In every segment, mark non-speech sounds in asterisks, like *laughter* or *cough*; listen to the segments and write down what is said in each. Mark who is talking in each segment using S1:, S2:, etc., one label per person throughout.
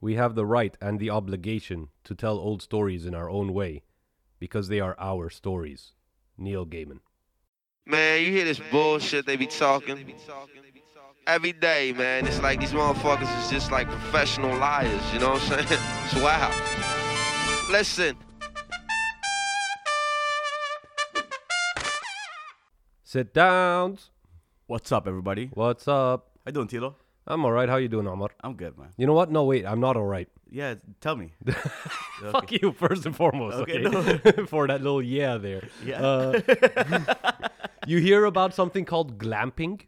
S1: We have the right and the obligation to tell old stories in our own way because they are our stories. Neil Gaiman.
S2: Man, you hear this bullshit they be talking every day, man. It's like these motherfuckers is just like professional liars, you know what I'm saying? *laughs* It's wild. Listen.
S1: Sit down.
S3: What's up, everybody?
S1: What's up?
S3: How you doing, Tilo?
S1: I'm all right. How you doing, Amar?
S3: I'm good, man.
S1: You know what? No, wait. I'm not all right.
S3: Yeah,
S1: *laughs*
S3: tell me.
S1: Uh, Fuck you, first and foremost. Okay.
S3: Okay,
S1: *laughs* For that little yeah there.
S3: Yeah.
S1: Uh, you hear about something called glamping?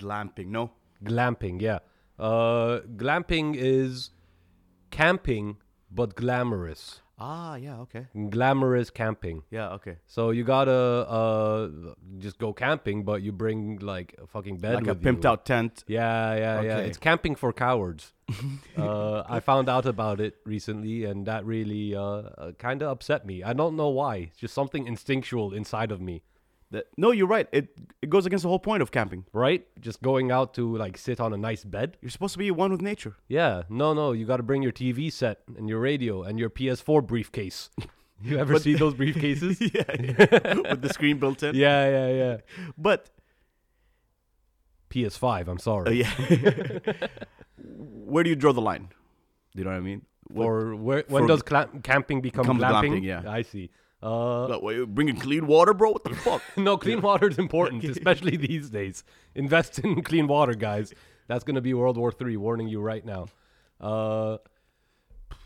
S3: Glamping, no?
S1: Glamping, yeah. Uh, glamping is camping, but glamorous.
S3: Ah, yeah, okay.
S1: Glamorous camping.
S3: Yeah, okay.
S1: So you gotta uh, just go camping, but you bring like a fucking bed
S3: Like a
S1: with you.
S3: pimped out tent.
S1: Yeah, yeah, yeah.
S3: Okay.
S1: It's camping for
S3: *laughs*
S1: cowards. uh, I found out about it recently, and that really uh, uh, kind of upset me. I don't know why. It's just something instinctual inside of me,
S3: That- no, you're right. It it goes against the whole point of camping.
S1: right? Just going out to like sit on a nice bed.
S3: You're supposed to be one with nature. *laughs*
S1: Yeah, no, no. You got to bring your TV set and your radio and your PS4 briefcase. *laughs* You ever see those briefcases?
S3: *laughs* yeah, yeah. with the screen built in.
S1: yeah, yeah, yeah.
S3: But
S1: PS5. I'm sorry.
S3: uh, yeah, *laughs* where do you draw the line? Do you know what I mean? What-
S1: Or where, when
S3: for-
S1: does cla- camping become
S3: Becomes
S1: glamping?
S3: glamping, yeah.
S1: I see. Uh,
S3: Like, what, you bringing clean water, bro? What the fuck?
S1: *laughs* No, clean water is
S3: *laughs*
S1: important, especially these days. Invest in *laughs* clean water, guys. That's going to be World War Three. Warning you right now. Uh,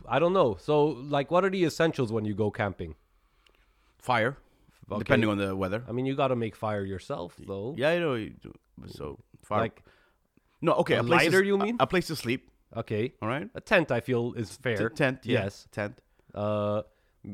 S1: I don't know. So, like, what are the essentials when you go camping?
S3: Fire,
S1: Okay.
S3: depending on the weather.
S1: I mean, you got to make fire yourself, though.
S3: Yeah, I know. you do. So fire.
S1: Like,
S3: no, okay.
S1: a
S3: place to
S1: lighter,
S3: s-
S1: you
S3: a-
S1: mean?
S3: A, place to sleep.
S1: okay,
S3: All right.
S1: a tent I feel is fair.
S3: T- tent. yeah,
S1: Yes.
S3: Tent.
S1: Uh,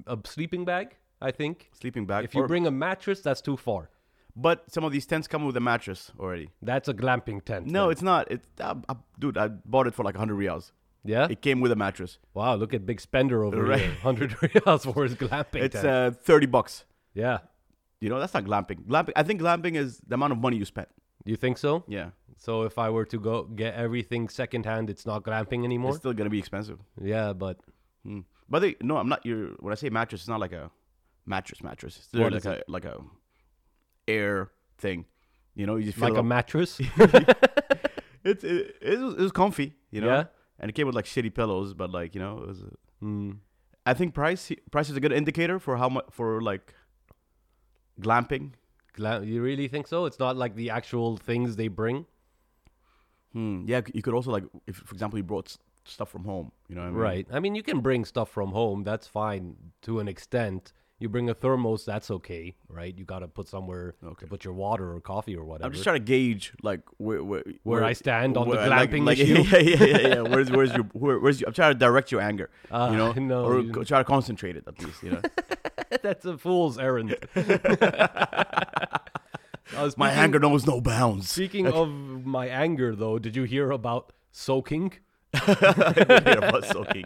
S1: a sleeping bag, I think.
S3: Sleeping bag.
S1: If you
S3: or-
S1: bring a mattress, that's too far.
S3: but some of these tents come with a mattress already.
S1: That's a glamping tent.
S3: No,
S1: then.
S3: it's not. It, uh, uh, dude, I bought it for like 100 reals.
S1: yeah.
S3: It came with a mattress.
S1: wow, look at big spender over
S3: Right.
S1: here. Hundred *laughs* reals for his glamping
S3: It's
S1: tent.
S3: uh, 30 bucks.
S1: yeah.
S3: You know, that's not glamping. Glamping. I think glamping is the amount of money you spent.
S1: You think so?
S3: Yeah,
S1: So if I were to go get everything secondhand, it's not glamping anymore.
S3: it's still gonna be expensive.
S1: yeah, but
S3: Mm. But they, no, I'm not. You're when I say mattress, it's not like a mattress mattress. It's literally
S1: What
S3: like a like a air thing. You know, you just feel
S1: like
S3: it
S1: a
S3: up. *laughs*
S1: mattress.
S3: It's it, it, was, it was comfy. You know,
S1: Yeah.
S3: and it came with like shitty pillows, but like you know, it was. A,
S1: Hmm.
S3: I think price price is a good indicator for how much for like glamping.
S1: Glam- you really think so? It's not like the actual things they bring,
S3: Hmm. Yeah, you could also like if for example you brought s- stuff from home. You know what I mean?
S1: right? I mean, you can bring stuff from home. That's fine to an extent. You bring a thermos, that's okay, right? You gotta put somewhere to
S3: Okay.
S1: put your water or coffee or whatever.
S3: I'm just trying to gauge like where where,
S1: Where I stand on the
S3: like-
S1: glamping
S3: like,
S1: issue?
S3: *laughs* Yeah, yeah, yeah. yeah. Where's where's your where, where's your, I'm trying to direct your anger.
S1: Ah,
S3: you know,
S1: no,
S3: or
S1: you-
S3: co- try to concentrate it at least. You *laughs* know,
S1: that's a fool's
S3: *laughs*
S1: errand. *laughs* Uh,
S3: my
S1: speaking-
S3: anger knows no bounds. *laughs*
S1: Speaking of my anger, though, did you hear about soaking?
S3: I didn't hear about *laughs* soaking.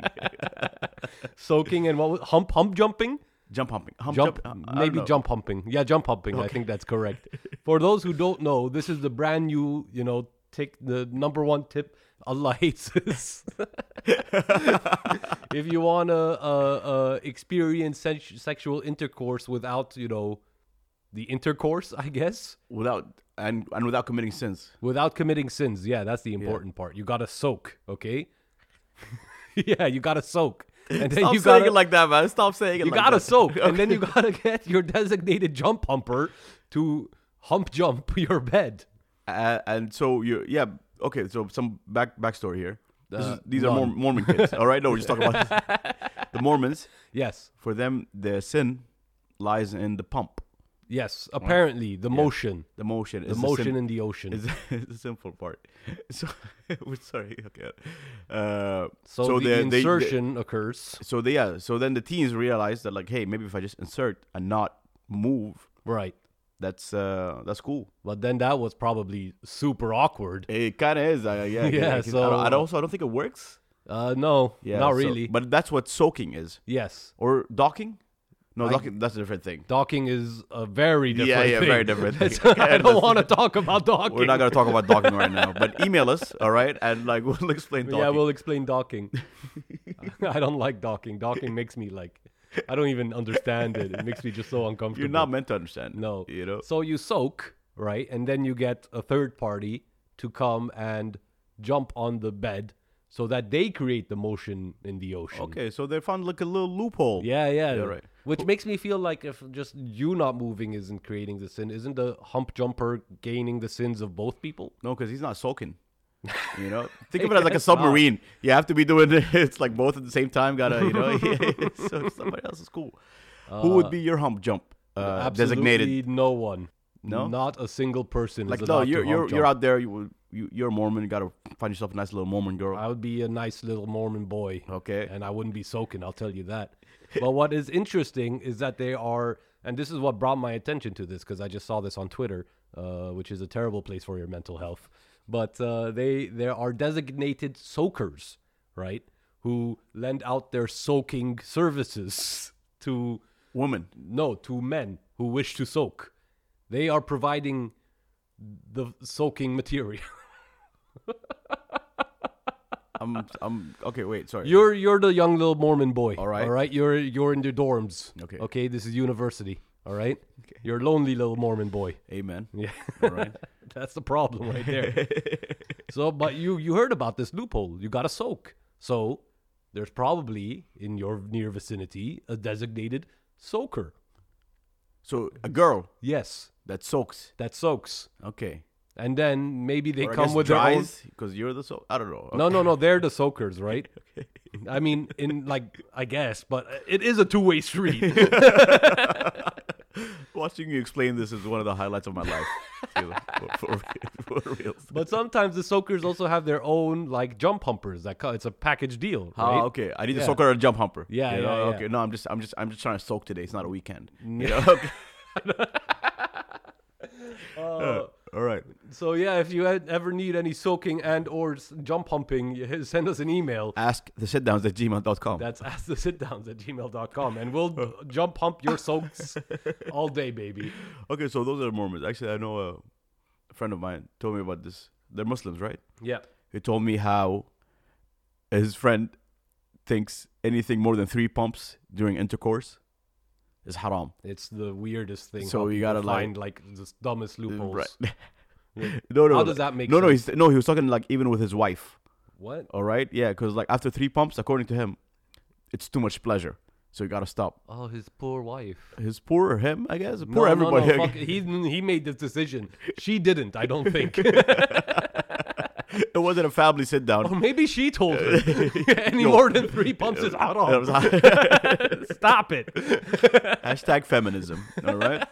S1: soaking and what was hump hump jumping
S3: jump humping, hump
S1: jump,
S3: jump, I- I don't
S1: maybe
S3: know.
S1: jump humping yeah jump humping i think that's
S3: *laughs*
S1: correct for those who don't know this is the brand new you know take the number one tip allah hates this *laughs* if you want to uh, uh, experience sen- sexual intercourse without you know the intercourse i guess
S3: without and and without committing sins.
S1: without committing sins yeah that's the important part you gotta soak okay *laughs* yeah you gotta soak and then
S3: Stop
S1: you
S3: saying
S1: gotta
S3: it like that, man. Stop saying it.
S1: You
S3: like
S1: gotta
S3: that.
S1: soak, and
S3: *laughs*
S1: then you gotta get your designated jump humper to hump jump *laughs* your bed.
S3: Uh, and so you, yeah, okay. So some back backstory here. This
S1: Uh,
S3: is, these are
S1: none.
S3: Mor- Mormon kids. all right, no, we're just talking about
S1: *laughs*
S3: the Mormons.
S1: Yes,
S3: For them, their sin lies in the pump,
S1: yes. Apparently, the motion,
S3: the motion.
S1: the motion in the ocean.
S3: is *laughs* the simple part. *laughs* So, we're sorry. Okay. Uh,
S1: so, the
S3: they- they- they-
S1: insertion occurs.
S3: so they yeah. So then the teens realize that like, hey, maybe if I just insert and not move,
S1: Right,
S3: that's uh that's cool.
S1: but then that was probably super awkward.
S3: It kind of is. I, ah, yeah.
S1: Yeah,
S3: I, I, I
S1: so-
S3: also I don't think it works.
S1: Uh, no,
S3: Yeah,
S1: not
S3: so-
S1: really.
S3: but that's what soaking is.
S1: yes,
S3: or docking. No, docking, that's a different thing.
S1: Docking is a very different
S3: Yeah, yeah,
S1: thing.
S3: very
S1: *laughs*
S3: different
S1: That's-
S3: thing.
S1: I
S3: Yeah,
S1: don't
S3: that's-
S1: want to talk about docking.
S3: We're not gonna talk about docking right now, but
S1: *laughs*
S3: email us, all right, and like *laughs* we'll explain docking.
S1: Yeah, we'll explain
S3: *laughs*
S1: docking. *laughs* I don't like docking. Docking makes me like, I don't even understand it. It makes me just so uncomfortable.
S3: You're not meant to understand.
S1: No.
S3: you know.
S1: So you soak, right? And then you get a third party to come and jump on the bed so that they create the motion in the ocean.
S3: Okay, so they found like a little loophole.
S1: Yeah, yeah.
S3: Yeah, right.
S1: Which makes me feel like if just you not moving isn't creating the sin, isn't the hump jumper gaining the sins of both people?
S3: No, because he's not soaking.
S1: *laughs*
S3: You know, think of it as like a submarine. You have to be doing *laughs* it. It's like both at the same time. Gotta, you know,
S1: *laughs*
S3: *laughs* so somebody else is cool. Who would be your hump jump uh,
S1: Absolutely
S3: designated?
S1: no one.
S3: No?
S1: Not a single person.
S3: Like,
S1: is
S3: no,
S1: allowed to
S3: you're
S1: hump
S3: you're,
S1: jump.
S3: you're out there. You, you you're a Mormon. You gotta find yourself a nice little Mormon girl.
S1: I would be a nice little Mormon boy.
S3: Okay.
S1: And I wouldn't be soaking, I'll tell you that. But what is interesting is that they are, and this is what brought my attention to this because I just saw this on Twitter, uh, which is a terrible place for your mental health. But uh, they there are designated soakers, right, who lend out their soaking services *laughs* to
S3: Woman.
S1: no to men who wish to soak. They are providing the soaking material.
S3: I'm I'm okay. Wait, sorry.
S1: You're you're the young little Mormon boy. All
S3: right.
S1: All right. You're you're in your dorms.
S3: Okay.
S1: Okay. This is university. All right. You're a lonely little Mormon boy. *laughs*
S3: Amen.
S1: Yeah.
S3: All right. *laughs*
S1: That's the problem right there. so, but you you heard about this loophole. You got to soak. So, there's probably in your near vicinity a designated soaker.
S3: So a girl
S1: Yes,
S3: that soaks.
S1: that soaks.
S3: Okay.
S1: And then maybe they
S3: Or I
S1: come
S3: guess
S1: with their own.
S3: dries because you're the soak. I don't know.
S1: No, no, no. They're the soakers, right? I mean, in like, I guess, but it is a two-way
S3: *laughs*
S1: street.
S3: *laughs* Watching you explain this is one of the highlights of my
S1: *laughs*
S3: life. Taylor, for, for, for real.
S1: But sometimes the soakers also have their own like jump humpers. That co- it's a package deal, right?
S3: Ah, okay. I need
S1: Yeah.
S3: a soaker or a jump humper.
S1: Yeah,
S3: You know?
S1: yeah, yeah.
S3: Okay. No, I'm just, I'm just, I'm just trying to soak today. It's not a weekend.
S1: *laughs*
S3: You know? *laughs* Okay.
S1: Oh.
S3: Uh, all right.
S1: So yeah, if you had- ever need any soaking and or s- jump humping, you- send us an email.
S3: Ask the sitdowns at gmail.com.
S1: That's *laughs* ask the sitdowns at gmail.com and we'll
S3: *laughs*
S1: d- jump hump your soaks all day, baby.
S3: okay. So those are Mormons. Actually, I know a friend of mine told me about this. They're Muslims, right?
S1: Yeah.
S3: He told me how his friend thinks anything more than three pumps during intercourse is haram.
S1: It's the weirdest thing.
S3: So
S1: how
S3: you
S1: people
S3: gotta, like-
S1: find like the dumbest loopholes.
S3: *laughs* no, no.
S1: How
S3: like-
S1: does that make
S3: no, no.
S1: sense?
S3: He's no. He was talking like even with his wife.
S1: What?
S3: All right, yeah, because like after three pumps, according to him, it's too much pleasure, so you gotta stop.
S1: Oh, his poor wife.
S3: His poor or him, I guess.
S1: No,
S3: Poor everybody. *laughs*
S1: No, no, fuck, he he made this decision. She didn't, I don't think.
S3: it wasn't a family sit
S1: Or *laughs*
S3: down.
S1: Oh, maybe she told
S3: *laughs*
S1: her. *laughs* Any
S3: No.
S1: more than three pumps is *laughs*
S3: It was
S1: haram.
S3: *laughs*
S1: Stop it.
S3: hashtag feminism. All right.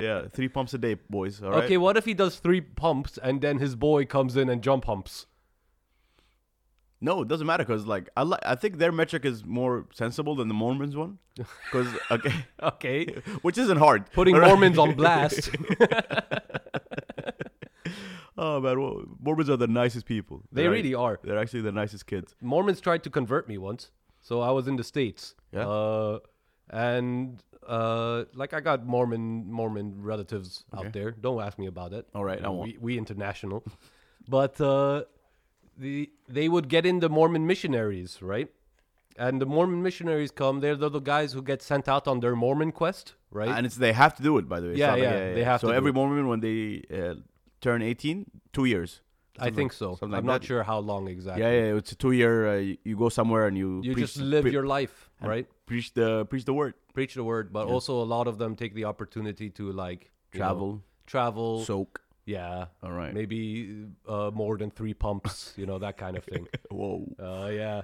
S3: Yeah, three pumps a day, boys. All right.
S1: Okay, what if he does three pumps and then his boy comes in and jump humps?
S3: No, it doesn't matter because like I li- I think their metric is more sensible than the
S1: *laughs*
S3: Mormons one. Because okay, *laughs*
S1: Okay.
S3: which isn't hard.
S1: Putting
S3: all right?
S1: Mormons
S3: *laughs*
S1: on blast.
S3: Oh man, well, Mormons are the nicest people.
S1: They
S3: They're
S1: really are.
S3: They're actually the nicest kids.
S1: Mormons tried to convert me once. So I was in the States.
S3: Yeah.
S1: Uh, and uh, like I got Mormon Mormon relatives out there. Don't ask me about it.
S3: All right, I won't.
S1: We, we international. *laughs* but uh, the they would get in the Mormon missionaries, right? And the Mormon missionaries come. They're the, the guys who get sent out on their Mormon quest, right?
S3: And it's they have to do it by the way. It's
S1: Yeah,
S3: not like-
S1: yeah, they have
S3: so
S1: to do
S3: every
S1: it.
S3: Mormon when they uh, turn 18, two years.
S1: I think so. I'm
S3: something like
S1: not
S3: that.
S1: sure how long exactly.
S3: Yeah, yeah, it's a two year. Uh, you, you go somewhere and you
S1: You
S3: preach-
S1: just live
S3: pre-
S1: your life,
S3: and
S1: right?
S3: Preach the preach the word.
S1: Preach the word, but also a lot of them take the opportunity to like you know,
S3: Travel.
S1: travel.
S3: Soak.
S1: yeah,
S3: All right.
S1: maybe uh, more than three pumps, you know, that kind of thing.
S3: Whoa.
S1: Uh, yeah.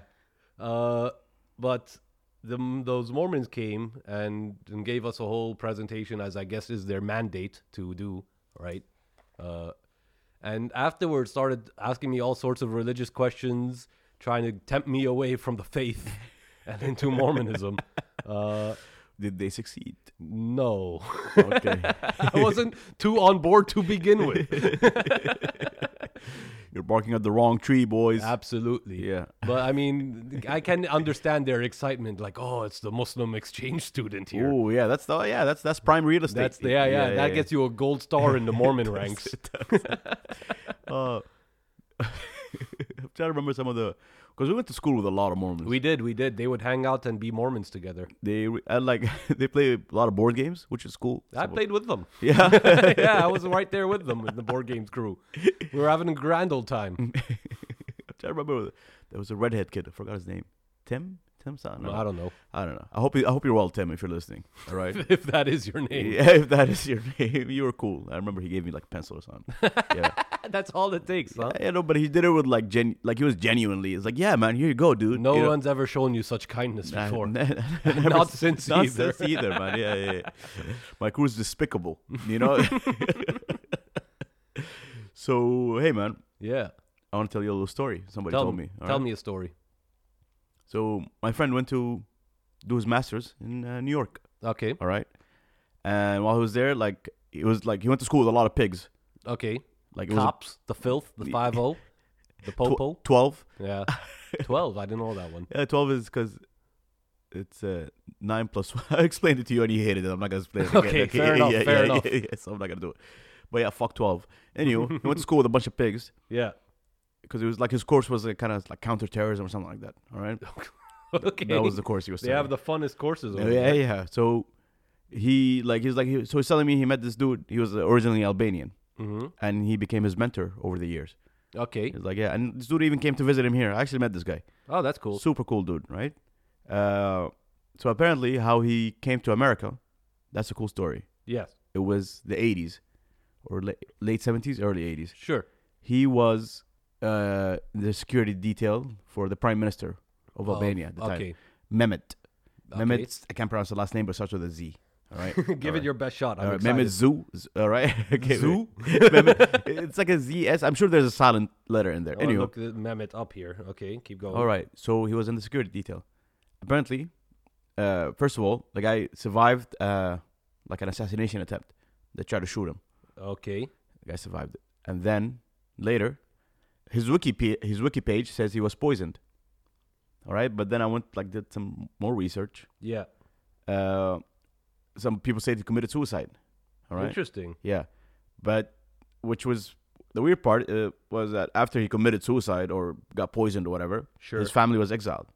S1: Uh, but the, those Mormons came and, and gave us a whole presentation, as I guess is their mandate to do, right? Uh, and afterwards started asking me all sorts of religious questions, trying to tempt me away from the faith and into Mormonism. Uh,
S3: Did they succeed? *laughs*
S1: no.
S3: Okay.
S1: I wasn't too on board to begin with.
S3: You're barking at the wrong tree,
S1: *laughs*
S3: boys.
S1: Absolutely.
S3: Yeah.
S1: But I mean, I can understand their excitement. Like, oh, it's the Muslim exchange student here.
S3: Oh yeah, that's the yeah that's that's prime real estate.
S1: That's the, yeah, yeah, That gets you a gold star
S3: *laughs*
S1: in the Mormon ranks.
S3: Uh, I'm trying to remember some of the because we went to school with a lot of Mormons.
S1: We did, we did. They would hang out and be Mormons together.
S3: they re- I like *laughs* they play a lot of board games, which is cool.
S1: I
S3: Some of-
S1: played with them.
S3: *laughs* Yeah.
S1: *laughs* yeah, I
S3: *laughs*
S1: was right there with them in the board games crew. We were having a grand old
S3: Mm.
S1: time.
S3: I'm trying to remember. There was a redhead kid. I forgot his name. Tim. Tim. Something.
S1: I don't know
S3: I don't know. I hope you, I hope you're well, Tim, if you're listening. All right.
S1: *laughs* if that is your name.
S3: *laughs* yeah, if that is your name, you were cool. I remember he gave me like a pencil or something. Yeah.
S1: *laughs* That's all it takes, huh?
S3: yeah, no, but he did it with like gen, like he was genuinely. It's like, yeah, man, here you go, dude.
S1: No
S3: you know?
S1: one's ever shown you such kindness
S3: I-
S1: before. *laughs*
S3: *laughs* I never
S1: Not
S3: s-
S1: since
S3: not
S1: either.
S3: *laughs* since either, man. Yeah, yeah, yeah. My crew's despicable, you know. *laughs* so hey, man,
S1: yeah.
S3: I want to tell you a little story. Somebody
S1: Tell
S3: told
S1: me.
S3: me. all
S1: Tell
S3: right?
S1: me a story.
S3: So my friend went to do his masters in uh, New York.
S1: Okay.
S3: All right, and while he was there, like it was like he went to school with a lot of pigs.
S1: Okay.
S3: Like it was
S1: Cops, the filth,
S3: *laughs*
S1: the five O, the
S3: a tw-
S1: popo.
S3: twelve. *laughs*
S1: Yeah. 12. I didn't know that one.
S3: Yeah, twelve is because. It's uh, nine plus one. *laughs* I explained it to you and you hated it. I'm not gonna explain it. again,
S1: Okay, fair enough,
S3: *laughs* yeah,
S1: fair
S3: yeah,
S1: enough.
S3: Yeah, yeah, so I'm not gonna do it. But yeah, fuck twelve.
S1: *laughs*
S3: Anyway, he went to school with a bunch of pigs
S1: Yeah.
S3: because it was like his course was like, kind of like counterterrorism or something like that. All right,
S1: *laughs* okay.
S3: that was the course he was.
S1: they have
S3: studying.
S1: the funnest courses. Over
S3: yeah,
S1: there.
S3: yeah. So he like he's like he, so he's telling me he met this dude. He was uh, originally Albanian,
S1: Mhm.
S3: and he became his mentor over the years.
S1: Okay.
S3: He's like, yeah, and this dude even came to visit him here. I actually met this guy,
S1: Oh, that's cool.
S3: super cool dude, right? Uh, so apparently, how he came to America, that's a cool story.
S1: Yes.
S3: It was the '80s, or la- late '70s, early '80s.
S1: Sure.
S3: He was uh, the security detail for the prime minister of
S1: Oh,
S3: Albania at the time,
S1: okay.
S3: Mehmet.
S1: Okay.
S3: Mehmet, I can't pronounce the last name, but it starts with a Z.
S1: *laughs*
S3: All right.
S1: Give it your best shot. I'm
S3: All right,
S1: excited.
S3: Mehmet Zoo. Z- All right. *laughs* Okay,
S1: Zoo?
S3: wait. *laughs*
S1: *laughs*
S3: Mehmet- it's like a ZS. I'm sure there's a silent letter in there.
S1: I wanna
S3: anyway.
S1: Oh, look the Mehmet up here. Okay, keep going.
S3: All right. So he was in the security detail. Apparently, uh, first of all, the guy survived uh, like an assassination attempt. They tried to shoot him.
S1: Okay.
S3: The guy survived it. And then later, his wiki pa- his wiki page says he was poisoned. All right, but then I went like did some more research.
S1: Yeah.
S3: Uh, some people said he committed suicide. All right.
S1: Interesting.
S3: Yeah, but which was the weird part uh, was that after he committed suicide or got poisoned or whatever,
S1: Sure.
S3: his family was exiled,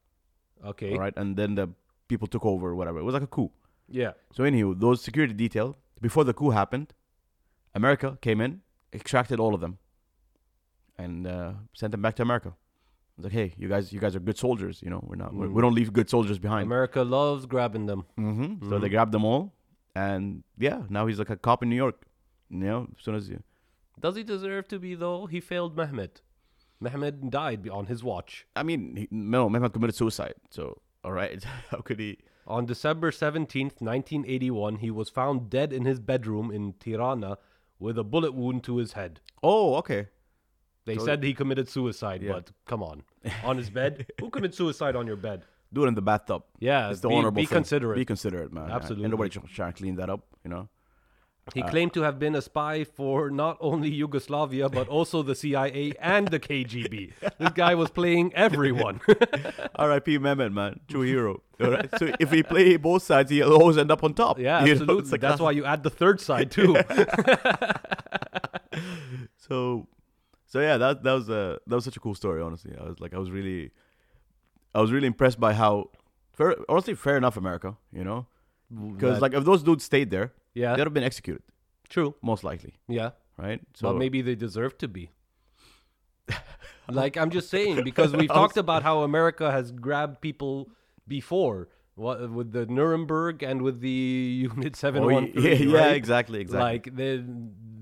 S1: Okay.
S3: all right, and then the people took over or whatever. It was like a coup.
S1: Yeah.
S3: So anyhow, those security detail before the coup happened, America came in, extracted all of them, and uh, sent them back to America. It's like, hey, you guys, you guys are good soldiers. You know, we're not, we're, we are not we we do not leave good soldiers behind.
S1: America loves grabbing them.
S3: hmm So they grabbed them all, and yeah, now he's like a cop in New York. You know, as soon as you.
S1: Does he deserve to be though? He failed Mehmet. Mehmet died on his watch
S3: I mean, he, no, Mehmet committed suicide. So, all right, *laughs* how could he?
S1: on December seventeenth, nineteen eighty-one. He was found dead in his bedroom in Tirana with a bullet wound to his head.
S3: Oh, okay.
S1: They said he committed suicide,
S3: Yeah.
S1: but come *laughs* on, on his bed. Who commits suicide on your bed?
S3: Do it in the bathtub.
S1: Yeah,
S3: it's the
S1: be-
S3: honorable.
S1: be
S3: thing.
S1: considerate.
S3: Be considerate, man.
S1: Absolutely.
S3: And nobody tr- trying to clean that up, you know. *laughs*
S1: He claimed to have been a spy for not only Yugoslavia *laughs* but also the CIA and the KGB. this guy was playing everyone.
S3: R.I.P. Mehmet, man, true hero. All right? So if we play both sides, he'll always end up on
S1: *laughs*
S3: top.
S1: yeah,
S3: *laughs* you
S1: *laughs*
S3: know?
S1: absolutely.
S3: It's like
S1: That's why you add the third side *laughs* too.
S3: So, so yeah, that that was a that was such a cool story. Honestly, I was like, I was really, I was really impressed by how, fair, honestly, fair enough, America. You know, because
S1: Mm, That-
S3: like if those dudes stayed there,
S1: Yeah.
S3: they'd have been executed
S1: True.
S3: most likely,
S1: Yeah.
S3: right? So
S1: But maybe they deserve to
S3: *laughs*
S1: be. like I'm just saying because
S3: *laughs*
S1: we've talked about how America has grabbed people before wha- with the Nuremberg and with the *laughs* Unit
S3: Oh,
S1: 713.
S3: yeah, *laughs* yeah,
S1: right?
S3: exactly, exactly.
S1: Like they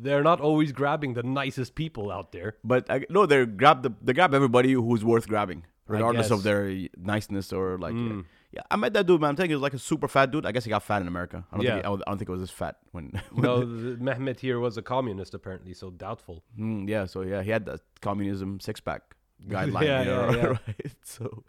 S1: they're not always grabbing the nicest people out
S3: *laughs*
S1: there.
S3: But I, no, they grab the they grab everybody who's worth grabbing, regardless
S1: guess. Mm.
S3: of their niceness or like. Yeah. Yeah, I met that dude, man. I'm telling you, he was like a super fat dude. I guess he got fat in America. I don't
S1: Yeah.
S3: think he, I don't- I don't think it was this fat when. *laughs* when
S1: No, the, Mehmet here was a communist apparently, so doubtful. *laughs*
S3: Mm, yeah, so yeah, he had that communism six pack
S1: *laughs*
S3: guideline.
S1: Yeah,
S3: you know, *laughs*
S1: yeah, yeah.
S3: right? So,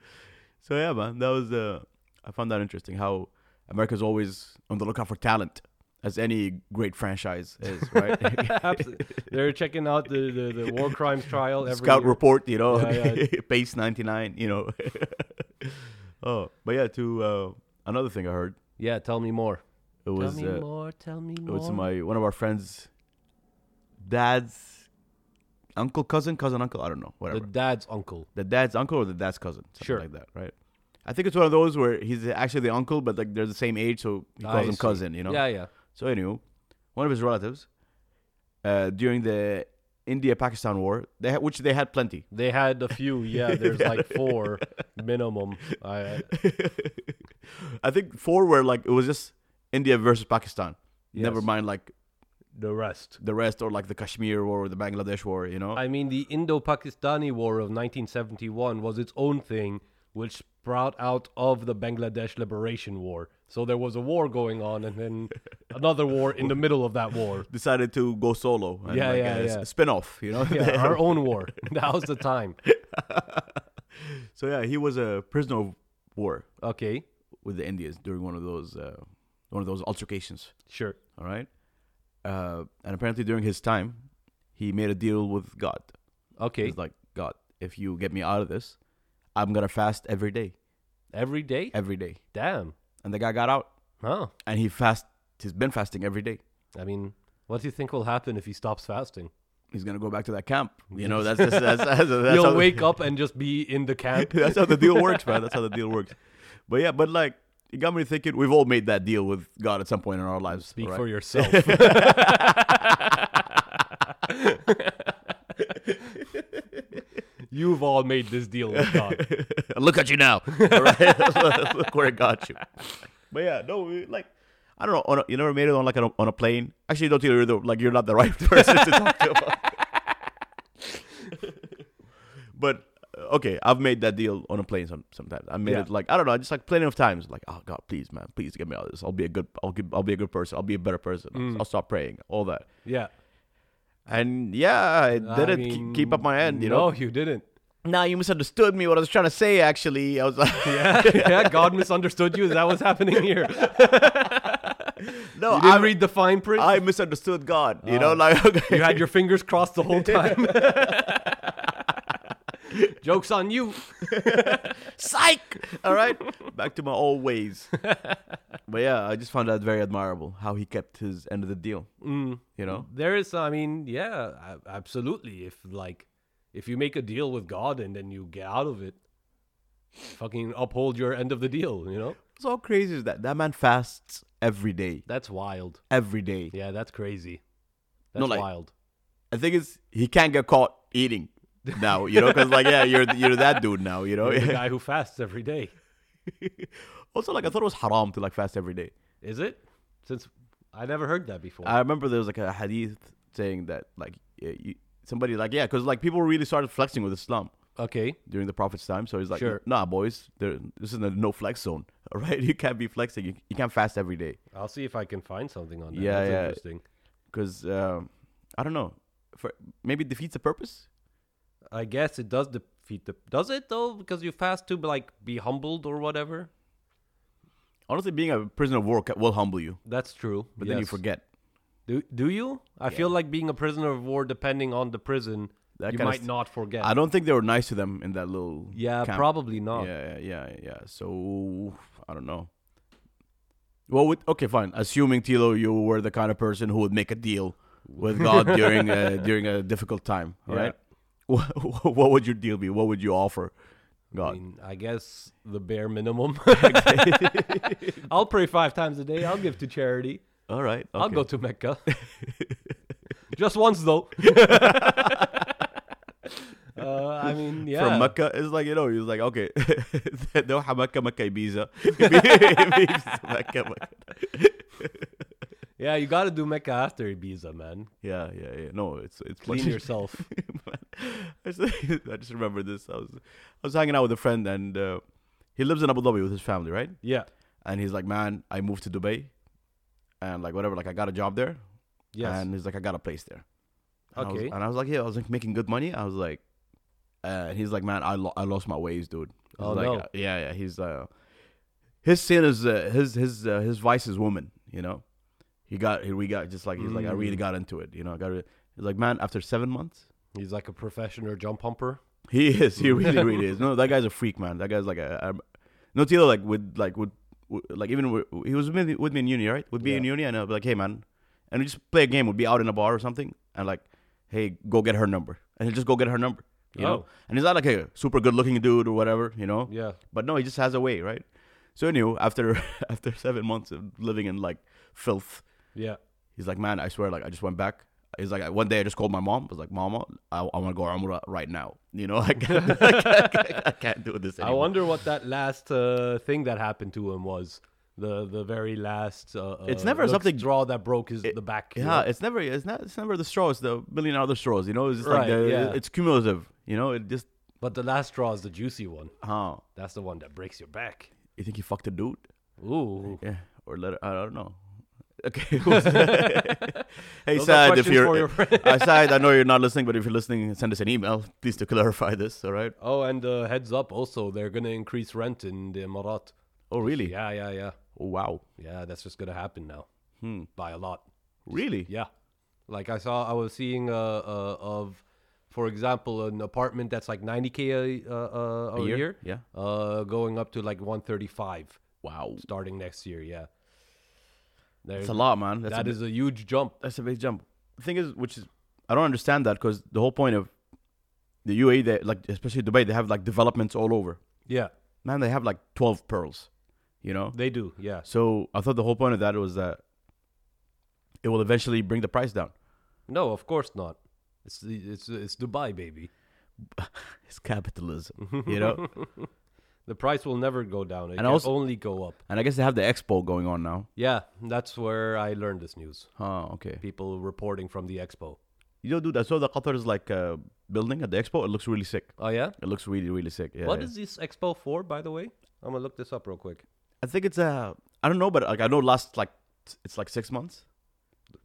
S3: so yeah, man, that was uh, I found that interesting how America's always on the lookout for talent, as any great franchise is, right?
S1: *laughs* Absolutely. They're checking out the, the, the
S3: *laughs*
S1: war crimes trial every
S3: Scout
S1: year.
S3: report, you know,
S1: Yeah,
S3: *laughs* base ninety nine, you know. *laughs* oh, but yeah, to uh, another thing I heard,
S1: Yeah, tell me more.
S3: it was
S1: tell me
S3: uh,
S1: more. Tell me
S3: it
S1: more.
S3: was my one of our friends' dad's uncle, cousin, cousin, uncle. I don't know,
S1: the
S3: whatever. The,
S1: dad's uncle.
S3: dad's uncle or the dad's cousin, something
S1: Sure.
S3: like that, right? I think it's one of those where he's actually the uncle, but like they're the same age, so he calls
S1: I
S3: him
S1: see.
S3: cousin, you know.
S1: Yeah, yeah.
S3: So anyway, one of his relatives, uh, during the India-Pakistan war, they had, which they had plenty.
S1: They had a
S3: *laughs*
S1: few. Yeah, there's like four minimum. I,
S3: *laughs* I think four were like it was just India versus Pakistan. Never
S1: Yes.
S3: mind like
S1: the rest.
S3: the rest or like the Kashmir war or the Bangladesh war. You know,
S1: I mean, the Indo Pakistani War of 1971 was its own thing, which sprout out of the Bangladesh Liberation War. So there was a war going on, and then another war in the middle of that
S3: *laughs*
S1: war.
S3: decided to go solo. And
S1: Yeah,
S3: like
S1: yeah,
S3: a s-
S1: yeah.
S3: Spin off. You know. *laughs*
S1: Yeah, our own war. *laughs* Now's the time.
S3: so yeah, he was a prisoner of war
S1: Okay,
S3: with the Indians during one of those uh, one of those altercations.
S1: sure.
S3: All right. Uh, and apparently during his time, he made a deal with God.
S1: Okay,
S3: He's like, God, if you get me out of this, I'm gonna fast every day,
S1: every day.
S3: every day.
S1: Damn.
S3: And the guy got out,
S1: Huh.
S3: and he fast. He's been fasting every day.
S1: I mean, what do you think will happen if he stops fasting?
S3: He's gonna go back to that camp. You know, that's just, that's,
S1: *laughs*
S3: that's, that's
S1: He'll
S3: how the-
S1: wake up and just be in the camp.
S3: *laughs* that's how the deal works, man. That's how the deal works. But yeah, but like it got me thinking. We've all made that deal with God at some point in our lives.
S1: Speak
S3: right?
S1: for
S3: *laughs*
S1: yourself. You've all made this deal with God.
S3: Look at you now. All *laughs* right? *laughs* Look where it got you. But yeah, no, we- like I don't know. On a, you never made it on like a, on a plane. Actually, don't you're the, like you're not the right *laughs* person to talk to. *laughs* About. but uh, okay, I've made that deal on a plane some, sometimes. I made
S1: Yeah.
S3: it like I don't know, just like plenty of times. Like oh God, please, man, please get me out of this. I'll be a good. I'll give, I'll be a good person. I'll be a better person. I'll- I'll, stop praying. All that.
S1: Yeah.
S3: And yeah, I
S1: I
S3: *laughs* didn't k-
S1: mean,
S3: keep up my end. You
S1: no,
S3: know.
S1: you
S3: *laughs*
S1: didn't.
S3: Nah, you misunderstood me. What I was trying to say, actually, I was like. *laughs*
S1: Yeah, *laughs* yeah, God misunderstood you. Is that what's happening here? You
S3: No,
S1: didn't
S3: I
S1: read the fine print.
S3: I misunderstood God. You know, like okay.
S1: Oh. you
S3: *laughs*
S1: had your fingers crossed the whole time. *laughs* Joke's on you.
S3: *laughs* psych. All right, back to my old
S1: *laughs*
S3: ways. but yeah, I just found that very admirable how he kept his end of the deal. Mm. You know,
S1: There is, I mean, yeah, a- absolutely. If like, if you make a deal with God and then you get out of it, fucking uphold your end of the deal. You know,
S3: so how crazy is that? That man fasts every day,
S1: that's wild.
S3: every day.
S1: Yeah, that's crazy. That's
S3: No, like-
S1: wild.
S3: I think it's he can't get caught eating now. You know, because like yeah, you're you're that dude now. You know.
S1: The guy who fasts every day.
S3: *laughs* also, like I thought it was haram to like fast every day.
S1: Is it? Since I never heard that before.
S3: I remember there was like a hadith saying that like uh, you, somebody like yeah, because like people really started flexing with Islam.
S1: okay.
S3: during the prophet's time. So he's like,
S1: Sure.
S3: nah, boys, there, this is a no flex zone. *laughs* All right, you can't be flexing. You, you can't fast every day
S1: I'll see if I can find something on that.
S3: Yeah,
S1: that's
S3: yeah.
S1: interesting.
S3: because um, I don't know. For, maybe it defeats the purpose.
S1: I guess it does defeat the. Does it though? Because you fast to like be humbled or whatever.
S3: Honestly, being a prisoner of war ca- will humble you,
S1: That's true.
S3: but then you
S1: yes.
S3: forget.
S1: Do do you? I feel like being a prisoner of war, depending on the prison,
S3: That
S1: you
S3: kinda
S1: might
S3: st-
S1: not forget.
S3: I don't think they were nice to them in that little.
S1: yeah,
S3: camp.
S1: probably not.
S3: Yeah, yeah, yeah, yeah. So I don't know. Well, with, okay, fine. Assuming Tilo, you were the kind of person who would make a deal
S1: *laughs*
S3: with God during a, during a difficult time, all
S1: Yeah.
S3: right? *laughs* What, what would your deal be? What would you offer
S1: I
S3: God?
S1: mean, I guess the bare
S3: *laughs*
S1: minimum. *laughs* I'll pray five times a day. I'll give to charity.
S3: All right,
S1: I'll
S3: okay.
S1: go to
S3: *laughs*
S1: Mecca. Just once though. *laughs* uh, I mean, yeah.
S3: From Mecca, it's like you know, he's like, okay, *laughs* Doha, Mecca, Mecca,
S1: *laughs*
S3: Ibiza, *laughs* Ibiza, Mecca, Mecca.
S1: Yeah, you got to do Mecca after Ibiza, man.
S3: Yeah, yeah, yeah. No, it's it's
S1: Clean
S3: much-
S1: yourself.
S3: *laughs* I just, *laughs* I just remember this. I was I was hanging out with a friend, and uh, he lives in Abu Dhabi with his family, right?
S1: Yeah.
S3: *laughs* And he's like, "Man, I moved to Dubai, and like whatever, like I got a job there,
S1: Yes.
S3: and he's like, I got a place there." And I was-
S1: Okay.
S3: and I was like, "Yeah," I was like making good money. I was like, uh, and he's like, "Man, I lo- I lost my ways, dude." He's
S1: Oh,
S3: like,
S1: no.
S3: uh, yeah, yeah. He's uh, his sin is uh, his his uh, his vice is woman, you know. He got here. We got just like he's
S1: Mm.
S3: like I really got into it. You know, I got. Re- he's like man, after seven months,
S1: He's like a professional jump humper.
S3: he is. *laughs* He really, really is. No, that guy's a freak, man. That guy's like a. a no, Tilo, like would like would, would like even with, he was with me, with me in uni, right? Would be in
S1: Yeah.
S3: uni, and I'd be like, hey, man, and we just play a game. We'd be out in a bar or something, and like, hey, go get her number, and he'll just go get her number. You know,
S1: Oh.
S3: and he's not like a super good-looking dude or whatever. You know,
S1: Yeah.
S3: but no, he just has a way, right? So anyway, after *laughs* after seven months of living in like filth,
S1: Yeah.
S3: he's like, man, I swear, like I just went back. He's like, one day I just called my mom. I was like, Mama, I, I want to go Umrah right now. You know, *laughs* I can't, I can't, I can't do this
S1: I
S3: anymore.
S1: wonder what that last uh, thing that happened to him was. The the very last. Uh,
S3: It's
S1: uh,
S3: never
S1: looks
S3: something-
S1: draw that broke his the back. you
S3: yeah,
S1: know?
S3: it's never, it's not, it's never the straw. It's the million other straws. You know, it's just like
S1: Right,
S3: the,
S1: yeah.
S3: it's cumulative. You know, it just,
S1: But the last straw is the juicy one.
S3: huh?
S1: That's the one that breaks your back.
S3: You think he fucked a dude?
S1: Ooh.
S3: Yeah, or let her, I don't know. *laughs*
S1: *laughs*
S3: Okay. *laughs* cool. hey,
S1: Those are
S3: Sad, if
S1: questions for
S3: you're,
S1: your
S3: *laughs*
S1: friend.
S3: I Sad, I know you're not listening, but if you're listening, send us an email, please, to clarify this. All right.
S1: Oh, and uh, heads up also, they're going to increase rent in the Emirat.
S3: Oh, really?
S1: Yeah, yeah, yeah.
S3: Oh, wow.
S1: Yeah, that's just going to happen now
S3: Hmm.
S1: by a lot.
S3: Really?
S1: Yeah. Like I saw, I was seeing uh, uh, of, for example, an apartment that's like 90K a, uh, uh, a, year,
S3: Yeah.
S1: uh, going up to like 135
S3: Wow.
S1: starting next year. Yeah. There's,
S3: That's a lot, man. That's
S1: That
S3: a,
S1: is a huge jump.
S3: that's a big jump. The thing is, which is, I don't understand that because the whole point of the UAE, they, like especially Dubai, they have like developments all over.
S1: Yeah,
S3: Man, they have like twelve pearls, you know.
S1: they do. Yeah.
S3: So I thought the whole point of that was that it will eventually bring the price down.
S1: No, of course not. It's the, it's it's Dubai, baby. *laughs*
S3: It's capitalism, *laughs* you know.
S1: The price will never go down. It can
S3: And also-
S1: only go up.
S3: and I guess they have the expo going on now.
S1: Yeah, that's where I learned this news.
S3: Oh, okay.
S1: People reporting from the expo.
S3: You know, dude, I saw the Qatar's like uh, building at the expo. It looks really sick.
S1: Oh yeah?
S3: It looks really, really sick. Yeah.
S1: What
S3: yeah.
S1: is this expo for, by the way? I'm gonna look this up real quick.
S3: I think it's uh, I don't know, but like I know last like t- it's like six months.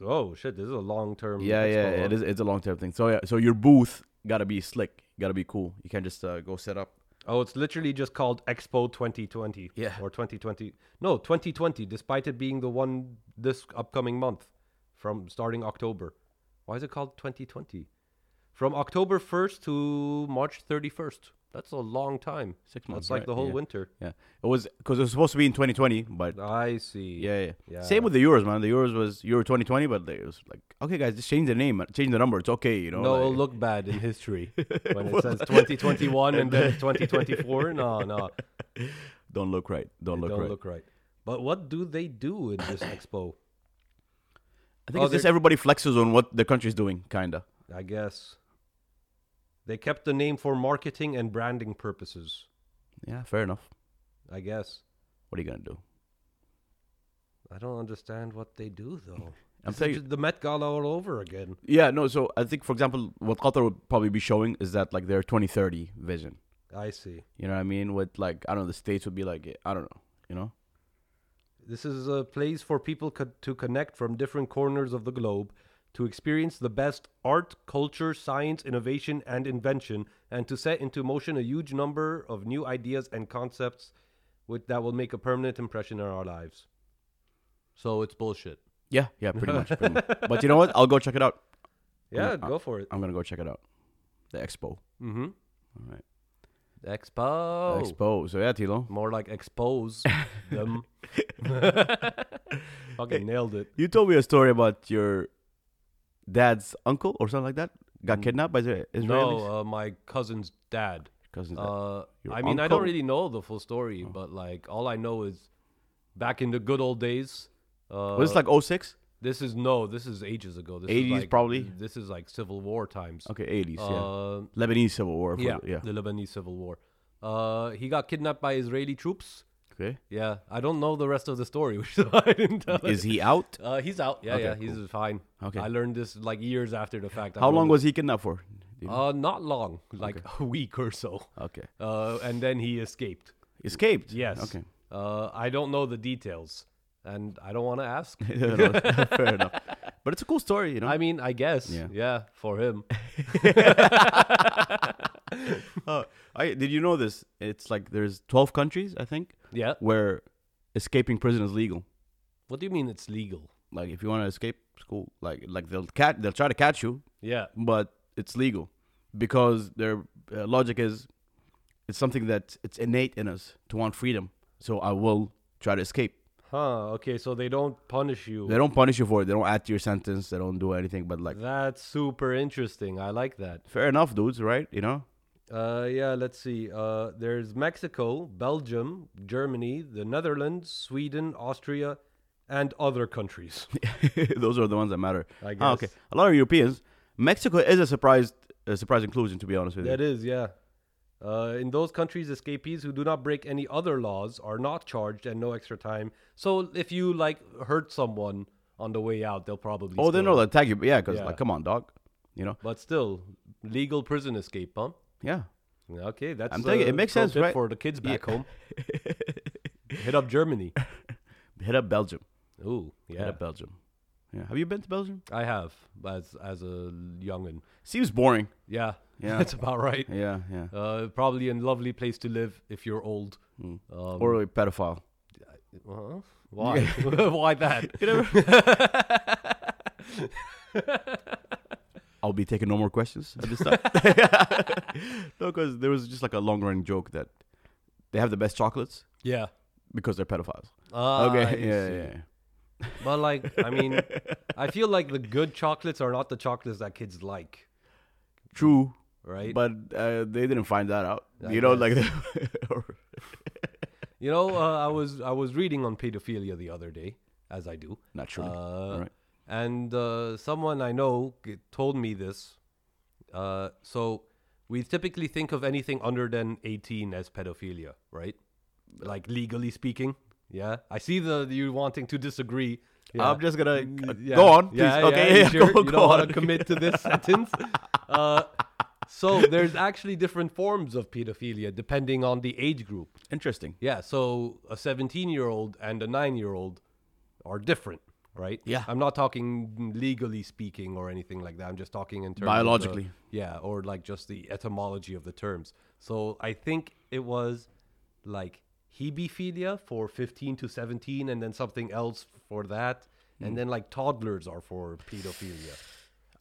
S1: Oh shit, this is a long term.
S3: Yeah, yeah, it is. It's a long term thing. So yeah, so your booth gotta be slick, gotta be cool. You can't just uh, go set up.
S1: Oh, it's literally just called Expo 2020.
S3: Yeah.
S1: Or 2020. No, 2020. Despite it being the one this upcoming month, from starting October. Why is it called 2020? From October 1st to March 31st. That's a long time.
S3: Six months,
S1: That's like
S3: right?
S1: the whole
S3: Yeah.
S1: winter.
S3: Yeah, it was because it was supposed to be in 2020, but
S1: I see.
S3: yeah, yeah,
S1: Yeah.
S3: Same with the Euros, man. The Euros was Euro 2020, but they- it was like, okay, guys, just change the name, man. change the number. It's okay, you know.
S1: No, it'll
S3: like-
S1: look bad
S3: *laughs*
S1: in history when it says 2021 and then 2024. No, no,
S3: don't look right. Don't look
S1: don't
S3: right.
S1: look right. But what do they do in this expo?
S3: I think
S1: Oh,
S3: it's just
S1: they're-
S3: everybody flexes on what the country's doing, kinda.
S1: I guess they kept the name for marketing and branding purposes.
S3: Yeah, fair enough.
S1: I guess
S3: What are you gonna do?
S1: I don't understand what they do *laughs* though. This
S3: I'm
S1: is
S3: telling you-
S1: ju- the Met Gala all over again.
S3: Yeah, no. So I think, for example, what Qatar would probably be showing is that like their 2030 vision.
S1: I see.
S3: You know what I mean? With like I don't know, the states would be like I don't know. You know?
S1: This is a place for people co- to connect from different corners of the globe to experience the best art, culture, science, innovation, and invention, and to set into motion a huge number of new ideas and concepts with, that will make a permanent impression in our lives. So it's bullshit.
S3: Yeah,
S1: *laughs*
S3: yeah, pretty much. Pretty much. But you know what? I'll go check it out.
S1: Yeah,
S3: gonna-
S1: go for it.
S3: I'm gonna go check it out. The expo.
S1: Mm-hmm.
S3: All right. The
S1: Expo.
S3: expo. So yeah, Tilo.
S1: More like
S3: *laughs*
S1: expose them. Fucking nailed it.
S3: You told me a story about your dad's uncle or something like that got kidnapped by the Israelis.
S1: Mm. No, uh, my cousin's dad.
S3: Cousin's dad.
S1: Uh,
S3: Your
S1: I mean, I don't
S3: uncle? Oh.
S1: really know the full story, but like all I know is back in the good old days. Uh,
S3: was this like 06?
S1: this is no, this is ages ago. This
S3: 80s
S1: is like,
S3: probably?
S1: This is like Civil War times.
S3: Okay, 80s.
S1: Uh,
S3: yeah. Lebanese civil war. for-
S1: yeah,
S3: yeah.
S1: the Lebanese Civil War. Uh, he got kidnapped by Israeli troops.
S3: Okay.
S1: Yeah, I don't know the rest of the story, *laughs* which is why I didn't tell it.
S3: Is he out?
S1: Uh, he's out. Yeah,
S3: Okay,
S1: yeah, he's fine.
S3: Okay.
S1: I learned this like years after the fact. I
S3: How
S1: learned
S3: long
S1: this-
S3: was he kidnapped for? Do you know?
S1: Uh, not long, like *laughs* a week or so.
S3: okay.
S1: Uh, and then he escaped.
S3: Escaped.
S1: Yes.
S3: Okay. *laughs*
S1: Uh, I don't know the details, and I don't want to ask.
S3: *laughs* No, no, fair enough. But it's a cool story, you know.
S1: I mean, I guess.
S3: Yeah.
S1: Yeah. for him.
S3: Uh, I did you know this? It's like there's 12 countries, I think,
S1: Yeah.
S3: where escaping prison is legal.
S1: What do you mean it's legal?
S3: Like if you want to escape, it's cool. Like like they'll cat they'll try to catch you,
S1: Yeah.
S3: but it's legal because their uh, logic is it's something that it's innate in us to want freedom. So I will try to escape.
S1: Huh. Okay. So they don't punish you.
S3: They don't punish you for it. They don't add to your sentence. They don't do anything. But like,
S1: That's super interesting. I like that.
S3: fair enough, dudes, right? You know, *laughs*
S1: Uh, yeah, let's see. Uh, there's Mexico, Belgium, Germany, the Netherlands, Sweden, Austria, and other countries. *laughs*
S3: those are the ones that matter.
S1: I
S3: Ah, okay,
S1: guess.
S3: a lot of Europeans. Mexico is a surprised, a surprise inclusion, to be honest with you.
S1: that is, yeah. Uh, in those countries, escapees who do not break any other laws are not charged and no extra time. So if you like hurt someone on the way out, they'll probably.
S3: oh, they
S1: still-
S3: know they'll attack you, but yeah, because
S1: Yeah.
S3: like, come on, dog. You know,
S1: But still, legal prison escape, huh?
S3: yeah.
S1: Okay, that's.
S3: I'm telling you,
S1: a
S3: it makes
S1: pro
S3: sense,
S1: tip
S3: right?
S1: For the kids
S3: Yeah.
S1: back
S3: *laughs*
S1: home, hit up Germany.
S3: Hit up Belgium.
S1: Ooh,
S3: Hit
S1: yeah,
S3: up Belgium. Yeah. Have you been to Belgium?
S1: I have as as a youngin.
S3: Seems boring.
S1: Yeah, *laughs*
S3: Yeah.
S1: that's about right.
S3: Yeah, yeah. Hmm.
S1: Uh, probably a lovely place to live if you're old. Um, *laughs*
S3: or a pedophile.
S1: huh? Why? *laughs* Why that?
S3: I'll be taking no more questions at this time. *laughs* no, because there was just like a long running joke that they have the best chocolates
S1: *laughs* Yeah.
S3: because they're pedophiles.
S1: Ah, I
S3: okay, *laughs* yeah,
S1: see.
S3: yeah, yeah.
S1: But like, I
S3: *laughs*
S1: mean, I feel like the good chocolates are not the chocolates that kids like,
S3: True,
S1: right?
S3: but uh, they didn't find that out.
S1: I
S3: you know,
S1: guess.
S3: like *laughs* or-
S1: You know, uh, I was I was reading on pedophilia the other day, as I do,
S3: naturally.
S1: uh,
S3: Alright.
S1: and uh, someone I know g- told me this. Uh, so we typically think of anything under than eighteen as pedophilia, right? Like legally speaking. Yeah, I see the you wanting to disagree. Yeah.
S3: I'm just gonna
S1: Mm,
S3: uh, go on, please.
S1: yeah,
S3: okay,
S1: yeah,
S3: *laughs* yeah,
S1: sure.
S3: go,
S1: you
S3: go
S1: don't want
S3: on.
S1: to commit to
S3: *laughs*
S1: this sentence. Uh, so there's actually different forms of pedophilia depending on the age group.
S3: Interesting.
S1: Yeah, so a 17-year-old and a 9-year-old are different, right?
S3: Yeah.
S1: I'm not talking legally speaking or anything like that. I'm just talking in terms of the-
S3: Biologically.
S1: yeah, or like just the etymology of the terms. So I think it was like hebephilia for 15 to 17 and then something else for that.
S3: Hmm.
S1: And then like toddlers are for pedophilia.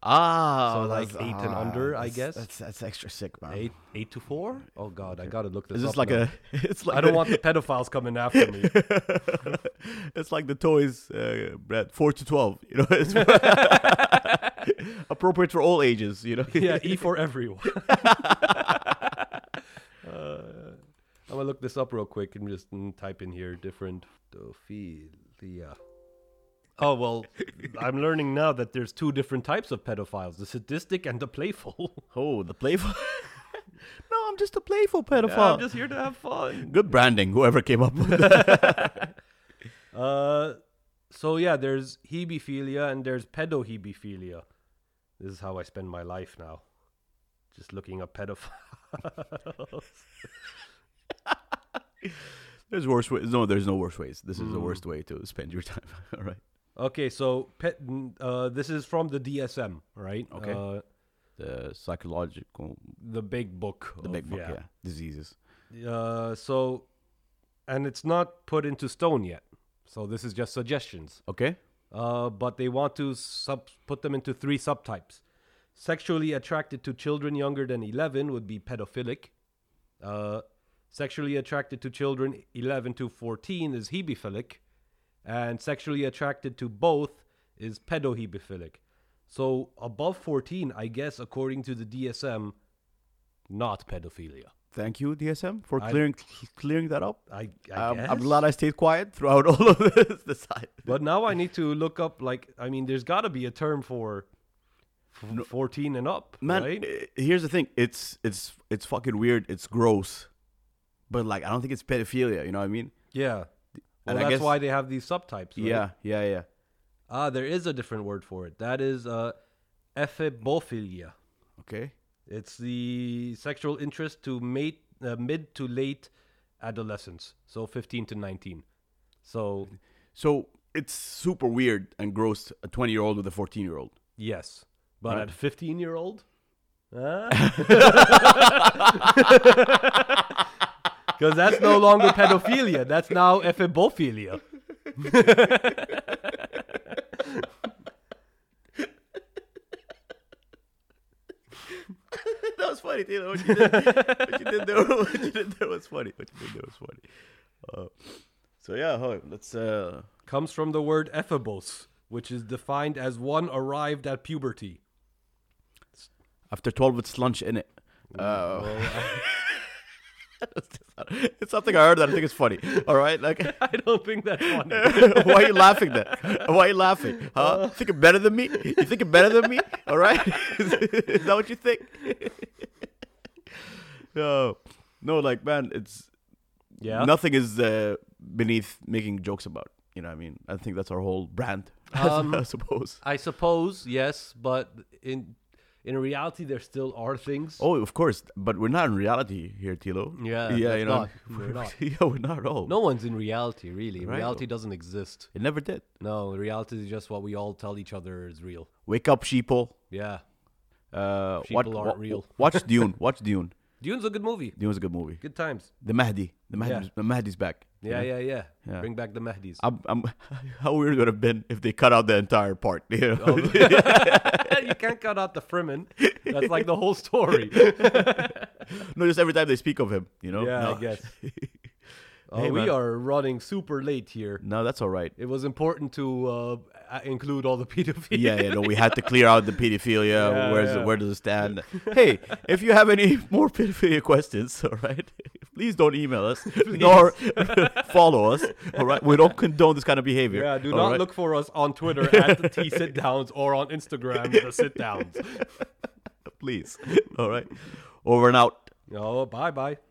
S3: Ah,
S1: So,
S3: that's-
S1: like, eight and
S3: ah,
S1: under, I
S3: that's-
S1: guess?
S3: That's that's extra sick, man.
S1: 8 8 to 4? Oh god, I got to look this
S3: Is this
S1: up
S3: like
S1: now.
S3: a? *laughs* It's like
S1: I don't
S3: the-
S1: want the pedophiles coming after me.
S3: *laughs* it's like the toys, uh, Brad. Four to twelve. You know, *laughs*
S1: *laughs*
S3: it's appropriate for all ages. You know.
S1: yeah, E for *laughs* everyone. Uh, I'm gonna look this up real quick and just mm, type in here different pedophilia. Oh *laughs* well, I'm learning now that there's two different types of pedophiles: the sadistic and the playful.
S3: *laughs*
S1: *laughs*
S3: Oh, the playful. *laughs* no, I'm just a playful pedophile.
S1: I'm just here to have fun.
S3: Good branding, whoever came up
S1: *laughs*
S3: with that.
S1: Uh, so yeah, there's hebephilia and there's pedohebephilia. This is how I spend my life now, just looking up pedophiles. *laughs*
S3: There's worse ways. No, there's no worse ways. This is
S1: Mm.
S3: the worst way to spend your *laughs* time. all right.
S1: Okay, so pet, n- uh, this is from the DSM, right?
S3: Okay.
S1: Uh,
S3: The psychological,
S1: the big book.
S3: the big book, yeah. diseases.
S1: Uh, so, and it's not put into stone yet. So this is just suggestions.
S3: Okay.
S1: Uh, but they want to sub- put them into three subtypes. Sexually attracted to children younger than 11 would be pedophilic. Uh, sexually attracted to children 11 to 14 is hebephilic. And sexually attracted to both is pedohebephilic. So above 14, I guess, according to the DSM, not pedophilia.
S3: Thank you, DSM, for
S1: I-
S3: clearing clearing that up.
S1: I, I
S3: Um,
S1: guess.
S3: I'm glad I stayed quiet throughout *laughs* all of this. The side.
S1: But now I need to look up, like, I mean, there's got to be a term for f- 14 and up,
S3: Man,
S1: right?
S3: eh, here's the thing. It's it's it's fucking weird. It's gross, but like I don't think it's pedophilia. You know what I mean?
S1: Yeah. Well,
S3: And I
S1: that's
S3: guess-
S1: why they have these subtypes. Right?
S3: Yeah, yeah, yeah.
S1: Ah, there is a different word for it. That is uh, ephebophilia.
S3: Okay.
S1: It's the sexual interest to mate, uh, mid to late adolescence, so 15 to 19. So,
S3: So it's super weird and gross. A 20 year old with a 14 year *laughs* old.
S1: yes. But
S3: Right.
S1: at 15 year old? *laughs* Because that's no longer pedophilia. That's now ephebophilia.
S3: funny, Taylor. What you did, what you did there, *laughs* what you did there was funny. What you did there was funny. Uh, so yeah, ho, let's. Uh,
S1: Comes from the word ephibos, which is defined as one arrived at puberty.
S3: after twelve, it's lunch in it. Oh. *laughs* it's something I heard that I think it's funny. All right, like *laughs*
S1: I don't think that's funny.
S3: why are you laughing then? Why are you laughing? Huh?
S1: Uh.
S3: think it better than me? You think it better than me? All right? *laughs* Is that what you think? *laughs* no. No, like man, it's
S1: *laughs* yeah.
S3: nothing is uh, beneath making jokes about. You know what I mean? I think that's our whole brand, *laughs*
S1: Um,
S3: I suppose.
S1: I suppose yes, but in in reality, there still are things.
S3: Oh, of course, but we're not in reality here, Tilo.
S1: Yeah,
S3: yeah,
S1: that's
S3: you know,
S1: not-
S3: *laughs*
S1: we're not.
S3: yeah, we're not at all.
S1: No one's in reality, really.
S3: Right.
S1: Reality doesn't exist.
S3: it never did.
S1: No, reality is just what we all tell each other is real.
S3: Wake up, sheeple.
S1: Yeah,
S3: Uh,
S1: Sheeple
S3: watch,
S1: aren't
S3: wa-
S1: real.
S3: *laughs*
S1: *laughs*
S3: watch Dune. Watch Dune.
S1: Dune's a good movie.
S3: Dune's a good movie.
S1: Good times.
S3: The Mahdi. The Mahdi.
S1: Yeah.
S3: The Mahdi's back. you
S1: Yeah,
S3: know?
S1: yeah, yeah,
S3: Yeah.
S1: Bring back the Mahdi's.
S3: *laughs* I'm, I'm, how weird would it have been if they cut out the entire part? *laughs* You know?
S1: Oh. you can't cut out the
S3: *laughs*
S1: Fremen. That's like the whole story.
S3: no, just every time they speak of him, you know?
S1: Yeah,
S3: no.
S1: I
S3: *laughs*
S1: guess. Uh,
S3: Hey,
S1: we
S3: man.
S1: are running super late here.
S3: No, that's all right.
S1: It was important to uh, a- include all the *laughs* pedophiles.
S3: Yeah, you know, we had to clear out the pedophilia.
S1: Yeah,
S3: Where's
S1: yeah.
S3: where does it stand? hey, if you have any more pedophilia questions, all right, *laughs* please don't email
S1: *laughs*
S3: us nor *laughs* follow us. All right, we don't condone this kind of behavior.
S1: Yeah, do
S3: all
S1: not
S3: right?
S1: look for us on
S3: *laughs*
S1: Twitter at the T sit downs or on Instagram the sit
S3: *laughs*
S1: downs.
S3: please. All right, over and out.
S1: Oh, bye bye.